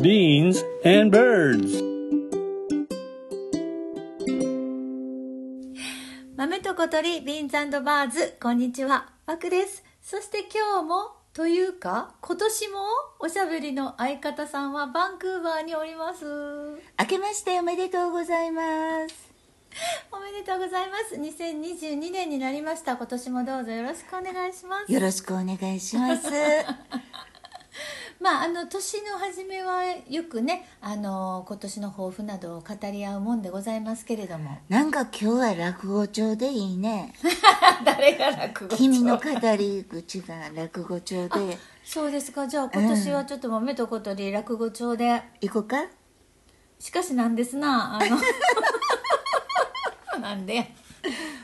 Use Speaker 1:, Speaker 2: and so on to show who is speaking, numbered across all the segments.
Speaker 1: beans and birds.
Speaker 2: 豆と小鳥ビーンズバーズこんにちはわくですそして今日もというか今年もおしゃべりの相方さんはバンクーバーにおります
Speaker 3: 明けましておめでとうございます
Speaker 2: おめでとうございます2022年になりました今年もどうぞよろしくお願いします
Speaker 3: よろしくお願いします
Speaker 2: まあ、あの年の初めはよくねあの今年の抱負などを語り合うもんでございますけれども
Speaker 3: なんか今日は落語帳でいいね
Speaker 2: 誰が落語
Speaker 3: 君の語り口が落語帳で
Speaker 2: そうですかじゃあ今年はちょっと豆と小鳥落語帳で、
Speaker 3: 行こうか
Speaker 2: しかしなんですなあの なんでや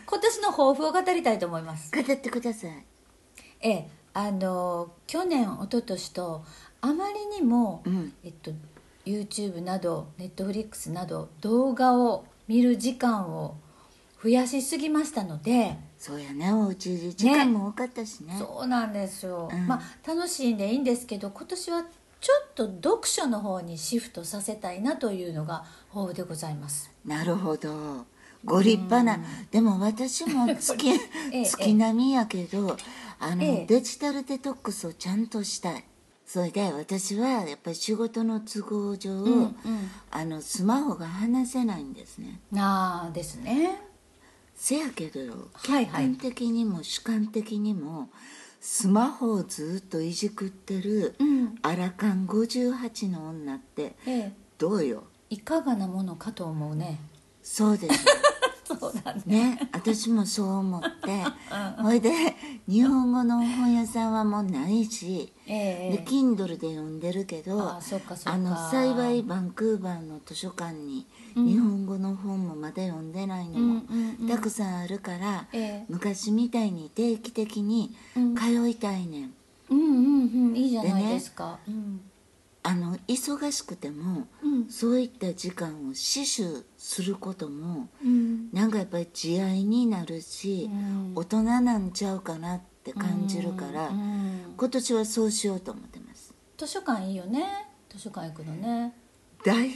Speaker 2: 今年の抱負を語りたいと思います
Speaker 3: 語ってください
Speaker 2: ええあの去年一昨年とあまりにも、
Speaker 3: うん
Speaker 2: えっと、YouTube など Netflix など動画を見る時間を増やしすぎましたので、
Speaker 3: そうやねおうち時間も多かったしね
Speaker 2: そうなんですよ、
Speaker 3: うん
Speaker 2: まあ楽しいんでいいんですけど今年はちょっと読書の方にシフトさせたいなというのが抱負でございます
Speaker 3: なるほどご立派なでも私も 月
Speaker 2: ええ
Speaker 3: 月並みやけどあの、
Speaker 2: ええ
Speaker 3: デジタルデトックスをちゃんとしたいそれで私はやっぱり仕事の都合上、
Speaker 2: んうん
Speaker 3: あのスマホが離せないんですね
Speaker 2: なあですね
Speaker 3: せやけど
Speaker 2: はいはい
Speaker 3: 客観的にも主観的にもスマホをずっといじくってる、
Speaker 2: うん
Speaker 3: アラカン58の女って
Speaker 2: ええ
Speaker 3: どうよ
Speaker 2: いかがなものかと思うね
Speaker 3: そうです
Speaker 2: そうなんです
Speaker 3: ね、私もそう思ってほいで日本語の本屋さんはもうないし、
Speaker 2: ええ
Speaker 3: で Kindle で読んでるけど
Speaker 2: あそっかそっか
Speaker 3: あの幸いバンクーバーの図書館に日本語の本もまだ読んでないのも
Speaker 2: うんうんうん
Speaker 3: たくさんあるから、
Speaker 2: ええ
Speaker 3: 昔みたいに定期的に通いたいねん、
Speaker 2: うんうんうんいいじゃない
Speaker 3: でね
Speaker 2: ですか、うん
Speaker 3: あの忙しくても、
Speaker 2: うん
Speaker 3: そういった時間を死守することも
Speaker 2: うん
Speaker 3: なんかやっぱり慈愛になるし、
Speaker 2: うん
Speaker 3: 大人なんちゃうかなって感じるから、
Speaker 2: うん
Speaker 3: 今年はそうしようと思ってます
Speaker 2: 図書館いいよね図書館行くのね
Speaker 3: 大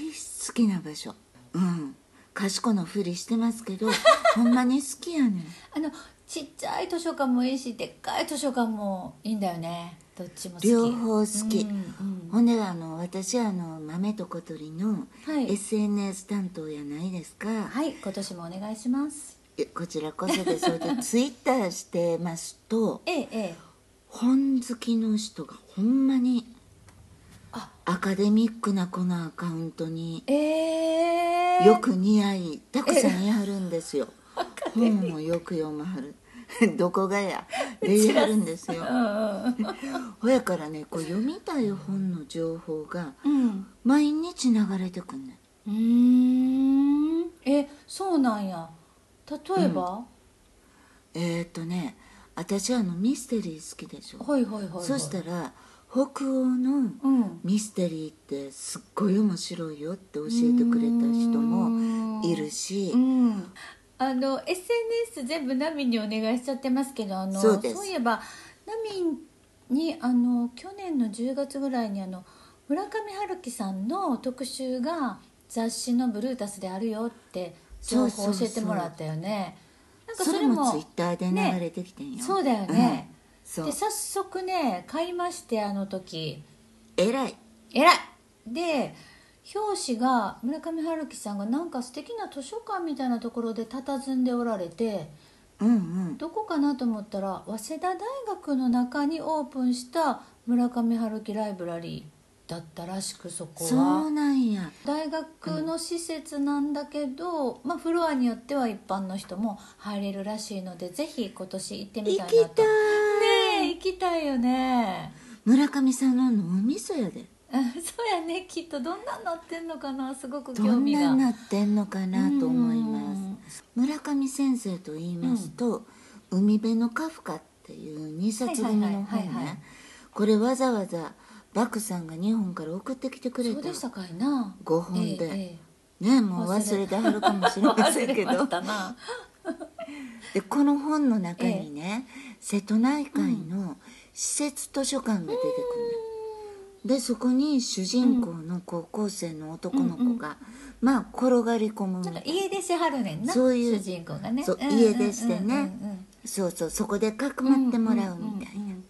Speaker 3: 好きな場所うん賢のふりしてます けどほんまに好きやねん
Speaker 2: あのちっちゃい図書館もいいしでっかい図書館もいいんだよねどっちも好き
Speaker 3: 両方好き、
Speaker 2: うんうん
Speaker 3: ほんであの私あの豆と小鳥の
Speaker 2: はい
Speaker 3: SNS 担当やないですか、
Speaker 2: はい今年もお願いします
Speaker 3: えこちらこそでそれでツイッターしてます と
Speaker 2: ええええ
Speaker 3: 本好きの人がほんまに
Speaker 2: あ
Speaker 3: アカデミックなこのアカウントに
Speaker 2: ええ
Speaker 3: よく似合いたくさんやるんですよ
Speaker 2: デミッ
Speaker 3: 本もよく読まはる どこがやで言いはるんですよほやからねこう読みたい本の情報が
Speaker 2: うん
Speaker 3: 毎日流れてくんねん
Speaker 2: うーんえそうなんや例えば、
Speaker 3: えー、っとね私あのミステリー好きでしょ、
Speaker 2: はいはいはい、はい、
Speaker 3: そしたら北欧の
Speaker 2: うん
Speaker 3: ミステリーってすっごい面白いよって教えてくれた人もいるし
Speaker 2: うんあの SNS 全部ナミにお願いしちゃってますけどあの
Speaker 3: そうです
Speaker 2: いえばナミにあの去年の10月ぐらいにあの村上春樹さんの特集が雑誌の「ブルータス」であるよって情報を教えてもらったよね
Speaker 3: それ
Speaker 2: なんか
Speaker 3: も
Speaker 2: そ
Speaker 3: ツ
Speaker 2: れ
Speaker 3: イッ
Speaker 2: も
Speaker 3: ターで流れてきてんよ、
Speaker 2: そうだよね、
Speaker 3: そう
Speaker 2: で早速ね買いましてあの時
Speaker 3: 偉い
Speaker 2: えらいで表紙が村上春樹さんがなんか素敵な図書館みたいなところで佇んでおられて
Speaker 3: うんうん
Speaker 2: どこかなと思ったら早稲田大学の中にオープンした村上春樹ライブラリーだったらしくそこ
Speaker 3: そう
Speaker 2: は
Speaker 3: なんや
Speaker 2: 大学の施設なんだけど、まあ、フロアによっては一般の人も入れるらしいのでぜひ今年行ってみ
Speaker 3: 行き
Speaker 2: たいなと
Speaker 3: たい
Speaker 2: ねえ行きたいよね
Speaker 3: 村上さんの脳みそやで
Speaker 2: うんそうやねきっとどんなんなってんのかなすごく
Speaker 3: ど
Speaker 2: 興
Speaker 3: ん
Speaker 2: 味
Speaker 3: な
Speaker 2: が
Speaker 3: になってんのかなと思います村上先生と言いますと「海辺のカフカ」っていう2冊組の
Speaker 2: はいはい
Speaker 3: 本
Speaker 2: はいはいはい
Speaker 3: ねこれわざわざバクさんが日本から送ってきてくれ
Speaker 2: そう
Speaker 3: た
Speaker 2: でしたかいな
Speaker 3: 5本で、
Speaker 2: ええ
Speaker 3: ねもう忘れてはるかもしれません
Speaker 2: 忘
Speaker 3: け
Speaker 2: れま
Speaker 3: ど
Speaker 2: したな
Speaker 3: でこの本の中にね、瀬戸内海の施設図書館が出てくるの、でそこに主人公の高校生の男の子が、まあ転がり込むみ
Speaker 2: ち
Speaker 3: た
Speaker 2: ょっ
Speaker 3: いな
Speaker 2: と家出しはるねんな
Speaker 3: そういう
Speaker 2: 主人公がね
Speaker 3: そうん
Speaker 2: んん
Speaker 3: 家出してね
Speaker 2: うん
Speaker 3: そうそうそこでか
Speaker 2: う
Speaker 3: く
Speaker 2: んうん
Speaker 3: まってもらうみたいな、
Speaker 2: んうん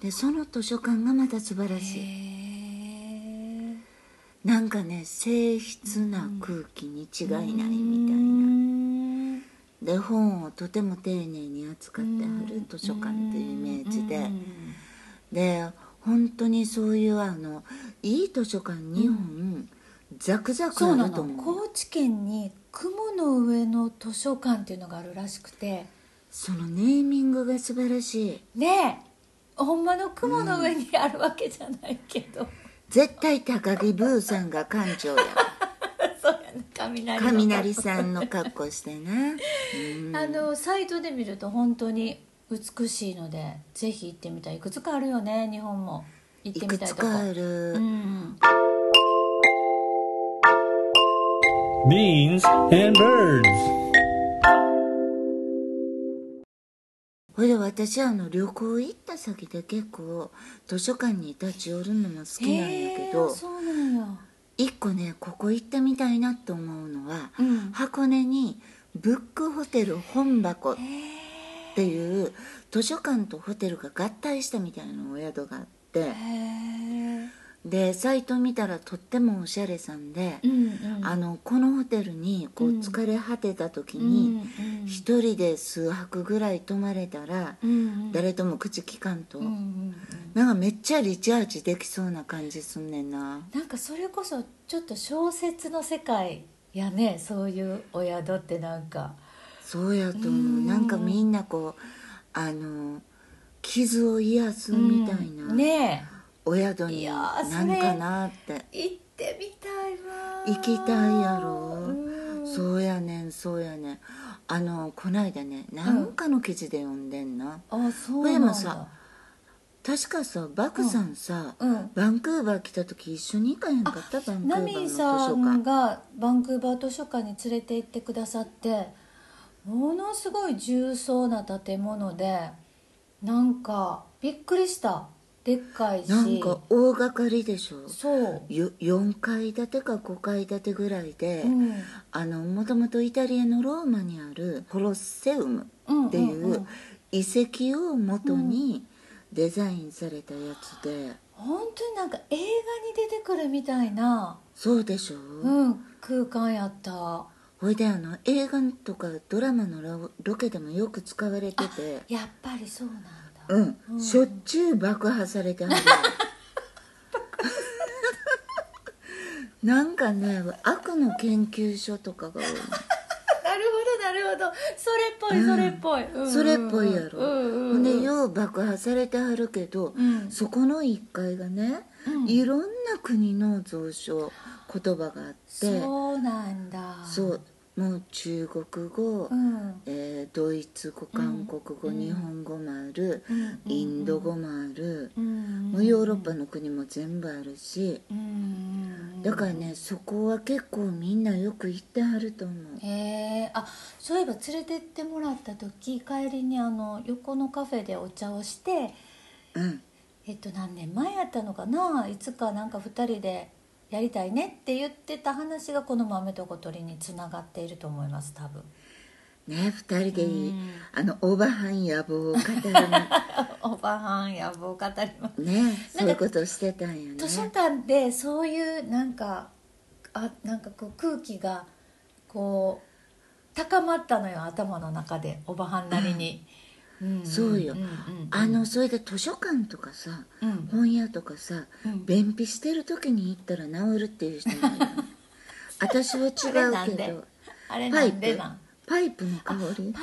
Speaker 3: でその図書館がまた素晴ら
Speaker 2: へ
Speaker 3: しい、
Speaker 2: え
Speaker 3: なんかね静筆な空気に違いないみたいな、
Speaker 2: み
Speaker 3: で本をとても丁寧に扱ってある図書館というイメージで、で本当にそういうあのいい図書館2本、ザクザク
Speaker 2: そう
Speaker 3: あ
Speaker 2: な
Speaker 3: ると
Speaker 2: の
Speaker 3: 思う
Speaker 2: 高知県に雲の上の図書館っていうのがあるらしくて
Speaker 3: そのネーミングが素晴らしい
Speaker 2: ねえほんまの雲の上にあるわけじゃないけど、
Speaker 3: 絶対高木ブーさんが 館長や
Speaker 2: そうやね雷の
Speaker 3: 雷さんの格好してね、うん
Speaker 2: あのサイトで見ると本当に美しいのでぜひ行ってみたいいくつかあるよね日本も行っ
Speaker 3: い
Speaker 2: てみ
Speaker 3: く
Speaker 2: たい
Speaker 3: つ
Speaker 2: とこ
Speaker 3: かある、
Speaker 2: うん、
Speaker 1: Beans and birds.
Speaker 3: ほいで私あの旅行行った先で結構図書館に立ち寄るのも好きなんだけ
Speaker 2: へ
Speaker 3: ど
Speaker 2: えそうなんや、
Speaker 3: 一個ねここ行ってみたいなと思うのは、
Speaker 2: うん
Speaker 3: 箱根にブックホテル本箱っていう図書館とホテルが合体したみたいなお宿があって
Speaker 2: へえ
Speaker 3: でサイト見たらとってもおしゃれさんで、
Speaker 2: うんうん
Speaker 3: あのこのホテルにこう
Speaker 2: うん
Speaker 3: 疲れ果てた時
Speaker 2: うん
Speaker 3: に
Speaker 2: うん
Speaker 3: 一人で数泊ぐらい泊まれたら
Speaker 2: うんうん
Speaker 3: 誰とも口きかんと。
Speaker 2: うんうん
Speaker 3: なんかめっちゃリチャージできそうな感じすんねんな
Speaker 2: なんかそれこそちょっと小説の世界やねそういうお宿ってなんか
Speaker 3: そうやと思
Speaker 2: う
Speaker 3: う
Speaker 2: ん
Speaker 3: なんかみんなこうあの傷を癒すみたいな、
Speaker 2: うんね
Speaker 3: お宿
Speaker 2: い
Speaker 3: に
Speaker 2: や
Speaker 3: な
Speaker 2: ーそれ
Speaker 3: んかなって
Speaker 2: え行ってみたいわ
Speaker 3: 行きたいやろ、
Speaker 2: うん
Speaker 3: そうやねんそうやねんあのこないだねなんかの記事で読んでんな、
Speaker 2: あそう
Speaker 3: で
Speaker 2: なんだ
Speaker 3: もさ確かさバクさんさ、
Speaker 2: うん
Speaker 3: バンクーバー来た時一緒に行かへんかったバンクー
Speaker 2: ナ
Speaker 3: バー
Speaker 2: ミ
Speaker 3: の
Speaker 2: ー
Speaker 3: 図書
Speaker 2: さん
Speaker 3: 館
Speaker 2: がバンクーバー図書館に連れて行ってくださってものすごい重層な建物でなんかびっくりしたでっかいし
Speaker 3: なんか大掛かりでしょ
Speaker 2: そう、
Speaker 3: よ4階建てか5階建てぐらいで、
Speaker 2: うん、
Speaker 3: あのもともとイタリアのローマにあるコロッセウムってい
Speaker 2: んうんう
Speaker 3: う遺跡を元にデザインされたやつで、
Speaker 2: 本当になんか映画に出てくるみたいな、
Speaker 3: そうでしょ、
Speaker 2: うん、空間やった
Speaker 3: ほいであの映画とかドラマのロロケでもよく使われてて
Speaker 2: やっぱりそうなんだ、
Speaker 3: うん、しょっちゅう爆破されてはるなんかね悪の研究所とかが多
Speaker 2: な
Speaker 3: い
Speaker 2: るほどなるほどそれっぽいそれっぽい、うんうんうん
Speaker 3: それっぽいやろ、
Speaker 2: うんうんう
Speaker 3: ほ
Speaker 2: んん
Speaker 3: でよう爆破されてはるけど、
Speaker 2: うん
Speaker 3: そこの1階がね、
Speaker 2: うん
Speaker 3: いろんな国の蔵書言葉があってそ
Speaker 2: そうなんだ
Speaker 3: うもう中国語、
Speaker 2: うん
Speaker 3: えードイツ語韓国語、日本語もある、
Speaker 2: うん
Speaker 3: インド語もある、
Speaker 2: うん
Speaker 3: もうヨーロッパの国も全部あるし、
Speaker 2: うん
Speaker 3: だからねそこは結構みんなよく行ってはると思う
Speaker 2: へえあそういえば連れてってもらった時帰りにあの横のカフェでお茶をして
Speaker 3: うん
Speaker 2: えっと何年前やったのかないつかなんか2人でやりたいねって言ってた話がこの豆と小鳥につながっていると思います多分
Speaker 3: ね二人でいい、
Speaker 2: うん
Speaker 3: あのオーバーハン野望を 語る
Speaker 2: おばはんや棒語ります
Speaker 3: ねそういうことしてたんよね
Speaker 2: 図書館でそういうなんかあなんかこう空気がこう高まったのよ頭の中でおばはんなりに、んん
Speaker 3: そうよ
Speaker 2: んん
Speaker 3: あのそれで図書館とかさ、
Speaker 2: うん
Speaker 3: 本屋とかさ、
Speaker 2: うん
Speaker 3: 便秘してる時に行ったら治るっていう人もいるの 私は違
Speaker 2: あれな
Speaker 3: うんけ
Speaker 2: で
Speaker 3: ど
Speaker 2: あれ
Speaker 3: パ
Speaker 2: な
Speaker 3: イ
Speaker 2: んで
Speaker 3: プ
Speaker 2: なん
Speaker 3: パイプの香り
Speaker 2: パイ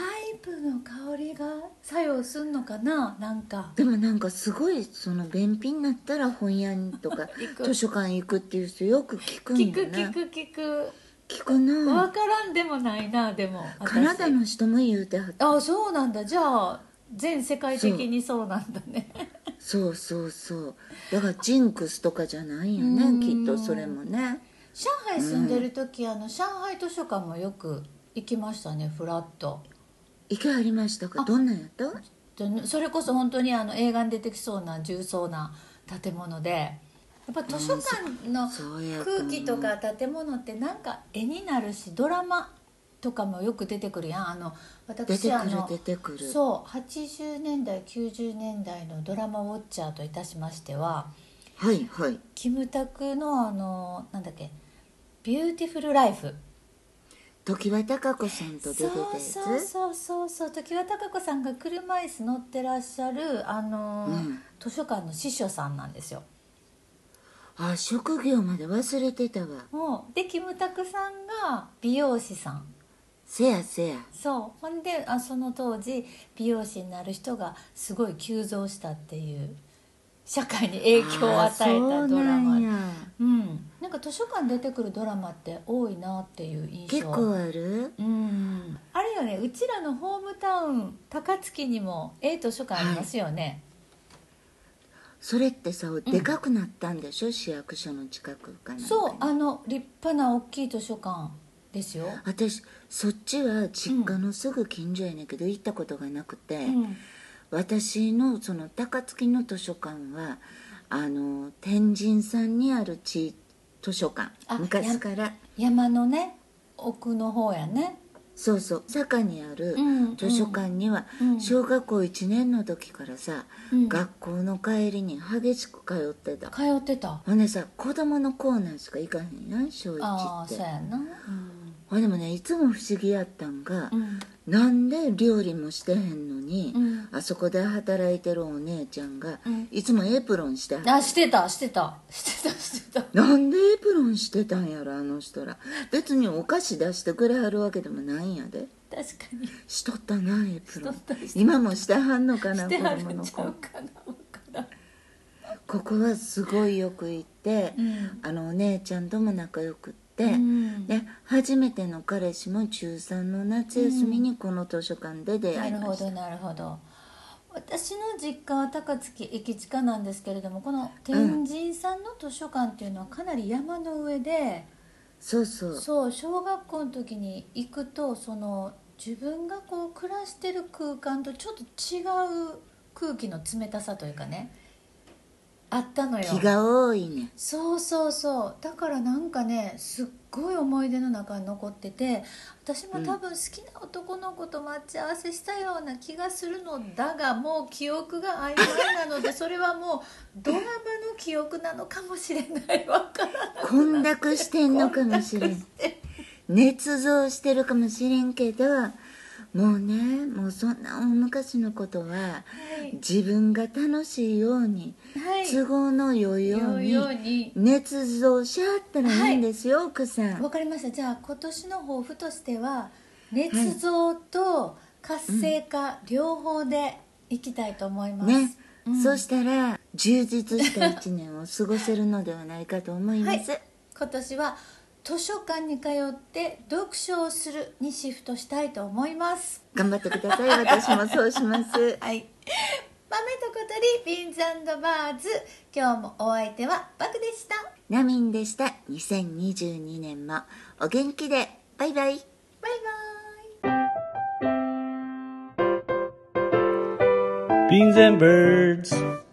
Speaker 2: プの香りが作用すんのかななんか
Speaker 3: でもなんかすごいその便秘になったら本屋にとか
Speaker 2: 行く
Speaker 3: 図書館行くっていう人よく聞くん
Speaker 2: 聞
Speaker 3: よ
Speaker 2: く
Speaker 3: ね
Speaker 2: 聞く聞く
Speaker 3: 聞くな
Speaker 2: 分からんでもないなでも私
Speaker 3: カナダの人も言うてはった
Speaker 2: あそうなんだじゃあ全世界的にそうなんだね
Speaker 3: そうそうそうだからジンクスとかじゃないよ
Speaker 2: う
Speaker 3: ね
Speaker 2: ん
Speaker 3: きっとそれもね
Speaker 2: 上海住んでる時、あの上海図書館もよく行きましたねフラット
Speaker 3: 行きはりましたかどんなんやった
Speaker 2: でそれこそ本当にあの映画に出てきそうな重層な建物でっぱ図書館の
Speaker 3: そうやと思う
Speaker 2: 空気とか建物ってなんか絵になるしドラマとかもよく出てくるやんあの
Speaker 3: 出て
Speaker 2: 私あ
Speaker 3: くる
Speaker 2: の
Speaker 3: 出てくる
Speaker 2: そう80年代90年代のドラマウォッチャーといたしましては
Speaker 3: はいはい
Speaker 2: キムタクのあのなんだっけ「ビューティフル・ライフ」
Speaker 3: 常盤貴子さんと出てた
Speaker 2: そう
Speaker 3: やつ
Speaker 2: そうそうそうそう常盤貴子さんが車椅子乗ってらっしゃるあのー、
Speaker 3: うん
Speaker 2: 図書館の司書さんなんですよ
Speaker 3: あ職業まで忘れてたわ
Speaker 2: もうでキムタクさんが美容師さん
Speaker 3: せやせや
Speaker 2: そうほんであその当時美容師になる人がすごい急増したっていう社会に影響を与えたドラ
Speaker 3: あーそうなん
Speaker 2: マ
Speaker 3: や
Speaker 2: うん、なんか図書館出てくるドラマって多いなっていう印象
Speaker 3: 結構ある
Speaker 2: うんあれよねうちらのホームタウン高槻にも A 図書館ありますよね、
Speaker 3: それってさでかくなったんでしょ、市役所の近くかなんかに
Speaker 2: そうあの立派な大きい図書館ですよ、
Speaker 3: 私そっちは実家のすぐ近所やねんけど、行ったことがなくて、
Speaker 2: うん
Speaker 3: 私のその高槻の図書館はあの天神さんにある地図書館
Speaker 2: あ
Speaker 3: 昔から
Speaker 2: 山のね奥の方やね
Speaker 3: そうそう坂にある
Speaker 2: うん
Speaker 3: 図書館には
Speaker 2: うん
Speaker 3: 小学校1年の時からさ、
Speaker 2: うん
Speaker 3: 学校の帰りに激しく通ってた、
Speaker 2: 通ってた
Speaker 3: ほんでさ子供のコーナーしか行かへんやん小
Speaker 2: あ
Speaker 3: 1
Speaker 2: あ
Speaker 3: って
Speaker 2: そうやな
Speaker 3: ほんでもねいつも不思議やったんが、
Speaker 2: うん
Speaker 3: なんで料理もしてへんのに、
Speaker 2: うん
Speaker 3: あそこで働いてるお姉ちゃんが、
Speaker 2: うん
Speaker 3: いつもエプロンしてはる
Speaker 2: あしてたしてたしてたしてた
Speaker 3: なんでエプロンしてたんやろあの人ら別にお菓子出してくれはるわけでもないんやで
Speaker 2: 確かに
Speaker 3: しとったなエプロン
Speaker 2: しとったしとった
Speaker 3: 今もしてはんのかな
Speaker 2: し
Speaker 3: 子
Speaker 2: てはる
Speaker 3: 供
Speaker 2: ん
Speaker 3: の
Speaker 2: ちゃうか
Speaker 3: 子
Speaker 2: なわからん
Speaker 3: ここはすごいよく行って、
Speaker 2: うん
Speaker 3: あのお姉ちゃんとも仲良くって、
Speaker 2: うん
Speaker 3: で初めての彼氏も中3の夏休みにこの図書館で出
Speaker 2: な
Speaker 3: 会い
Speaker 2: る
Speaker 3: ま
Speaker 2: ほ
Speaker 3: した、
Speaker 2: どなるほど私の実家は高槻駅近なんですけれどもこの天神さんの図書館っていうのはかなり山の上で、
Speaker 3: そうそう
Speaker 2: そう小学校の時に行くとその自分がこう暮らしてる空間とちょっと違う空気の冷たさというかねあったのよ
Speaker 3: 気が多いね
Speaker 2: そうそうそうだからなんかねすっごい思い出の中に残ってて私も多分好きな男の子と待ち合わせしたような気がするのだがもう記憶が曖昧な のでそれはもうドラマの記憶なのかもしれないわからない
Speaker 3: 混濁してんのかもしれん捏造してるかもしれんけどもうねもうそんな大昔のことは
Speaker 2: はい
Speaker 3: 自分が楽しいように、
Speaker 2: はい
Speaker 3: 都合の良いよう
Speaker 2: 良い
Speaker 3: に
Speaker 2: ように
Speaker 3: 捏造しはったらいいんですよ、奥さん
Speaker 2: わかりましたじゃあ今年の抱負としては捏造と活性化両方でいきたいと思います、
Speaker 3: ね、
Speaker 2: うん
Speaker 3: そうしたら充実した一年を過ごせるのではないかと思い
Speaker 2: は
Speaker 3: ま
Speaker 2: い
Speaker 3: す、
Speaker 2: 今年は図書館に通って読書をするにシフトしたいと思います
Speaker 3: 頑張ってください私もそうします
Speaker 2: はい 豆と小鳥ビーンズバーズ今日もお相手はバクでした
Speaker 3: ナミンでした2022年もお元気でバイバイ
Speaker 2: バイバイ
Speaker 1: Beans and birds.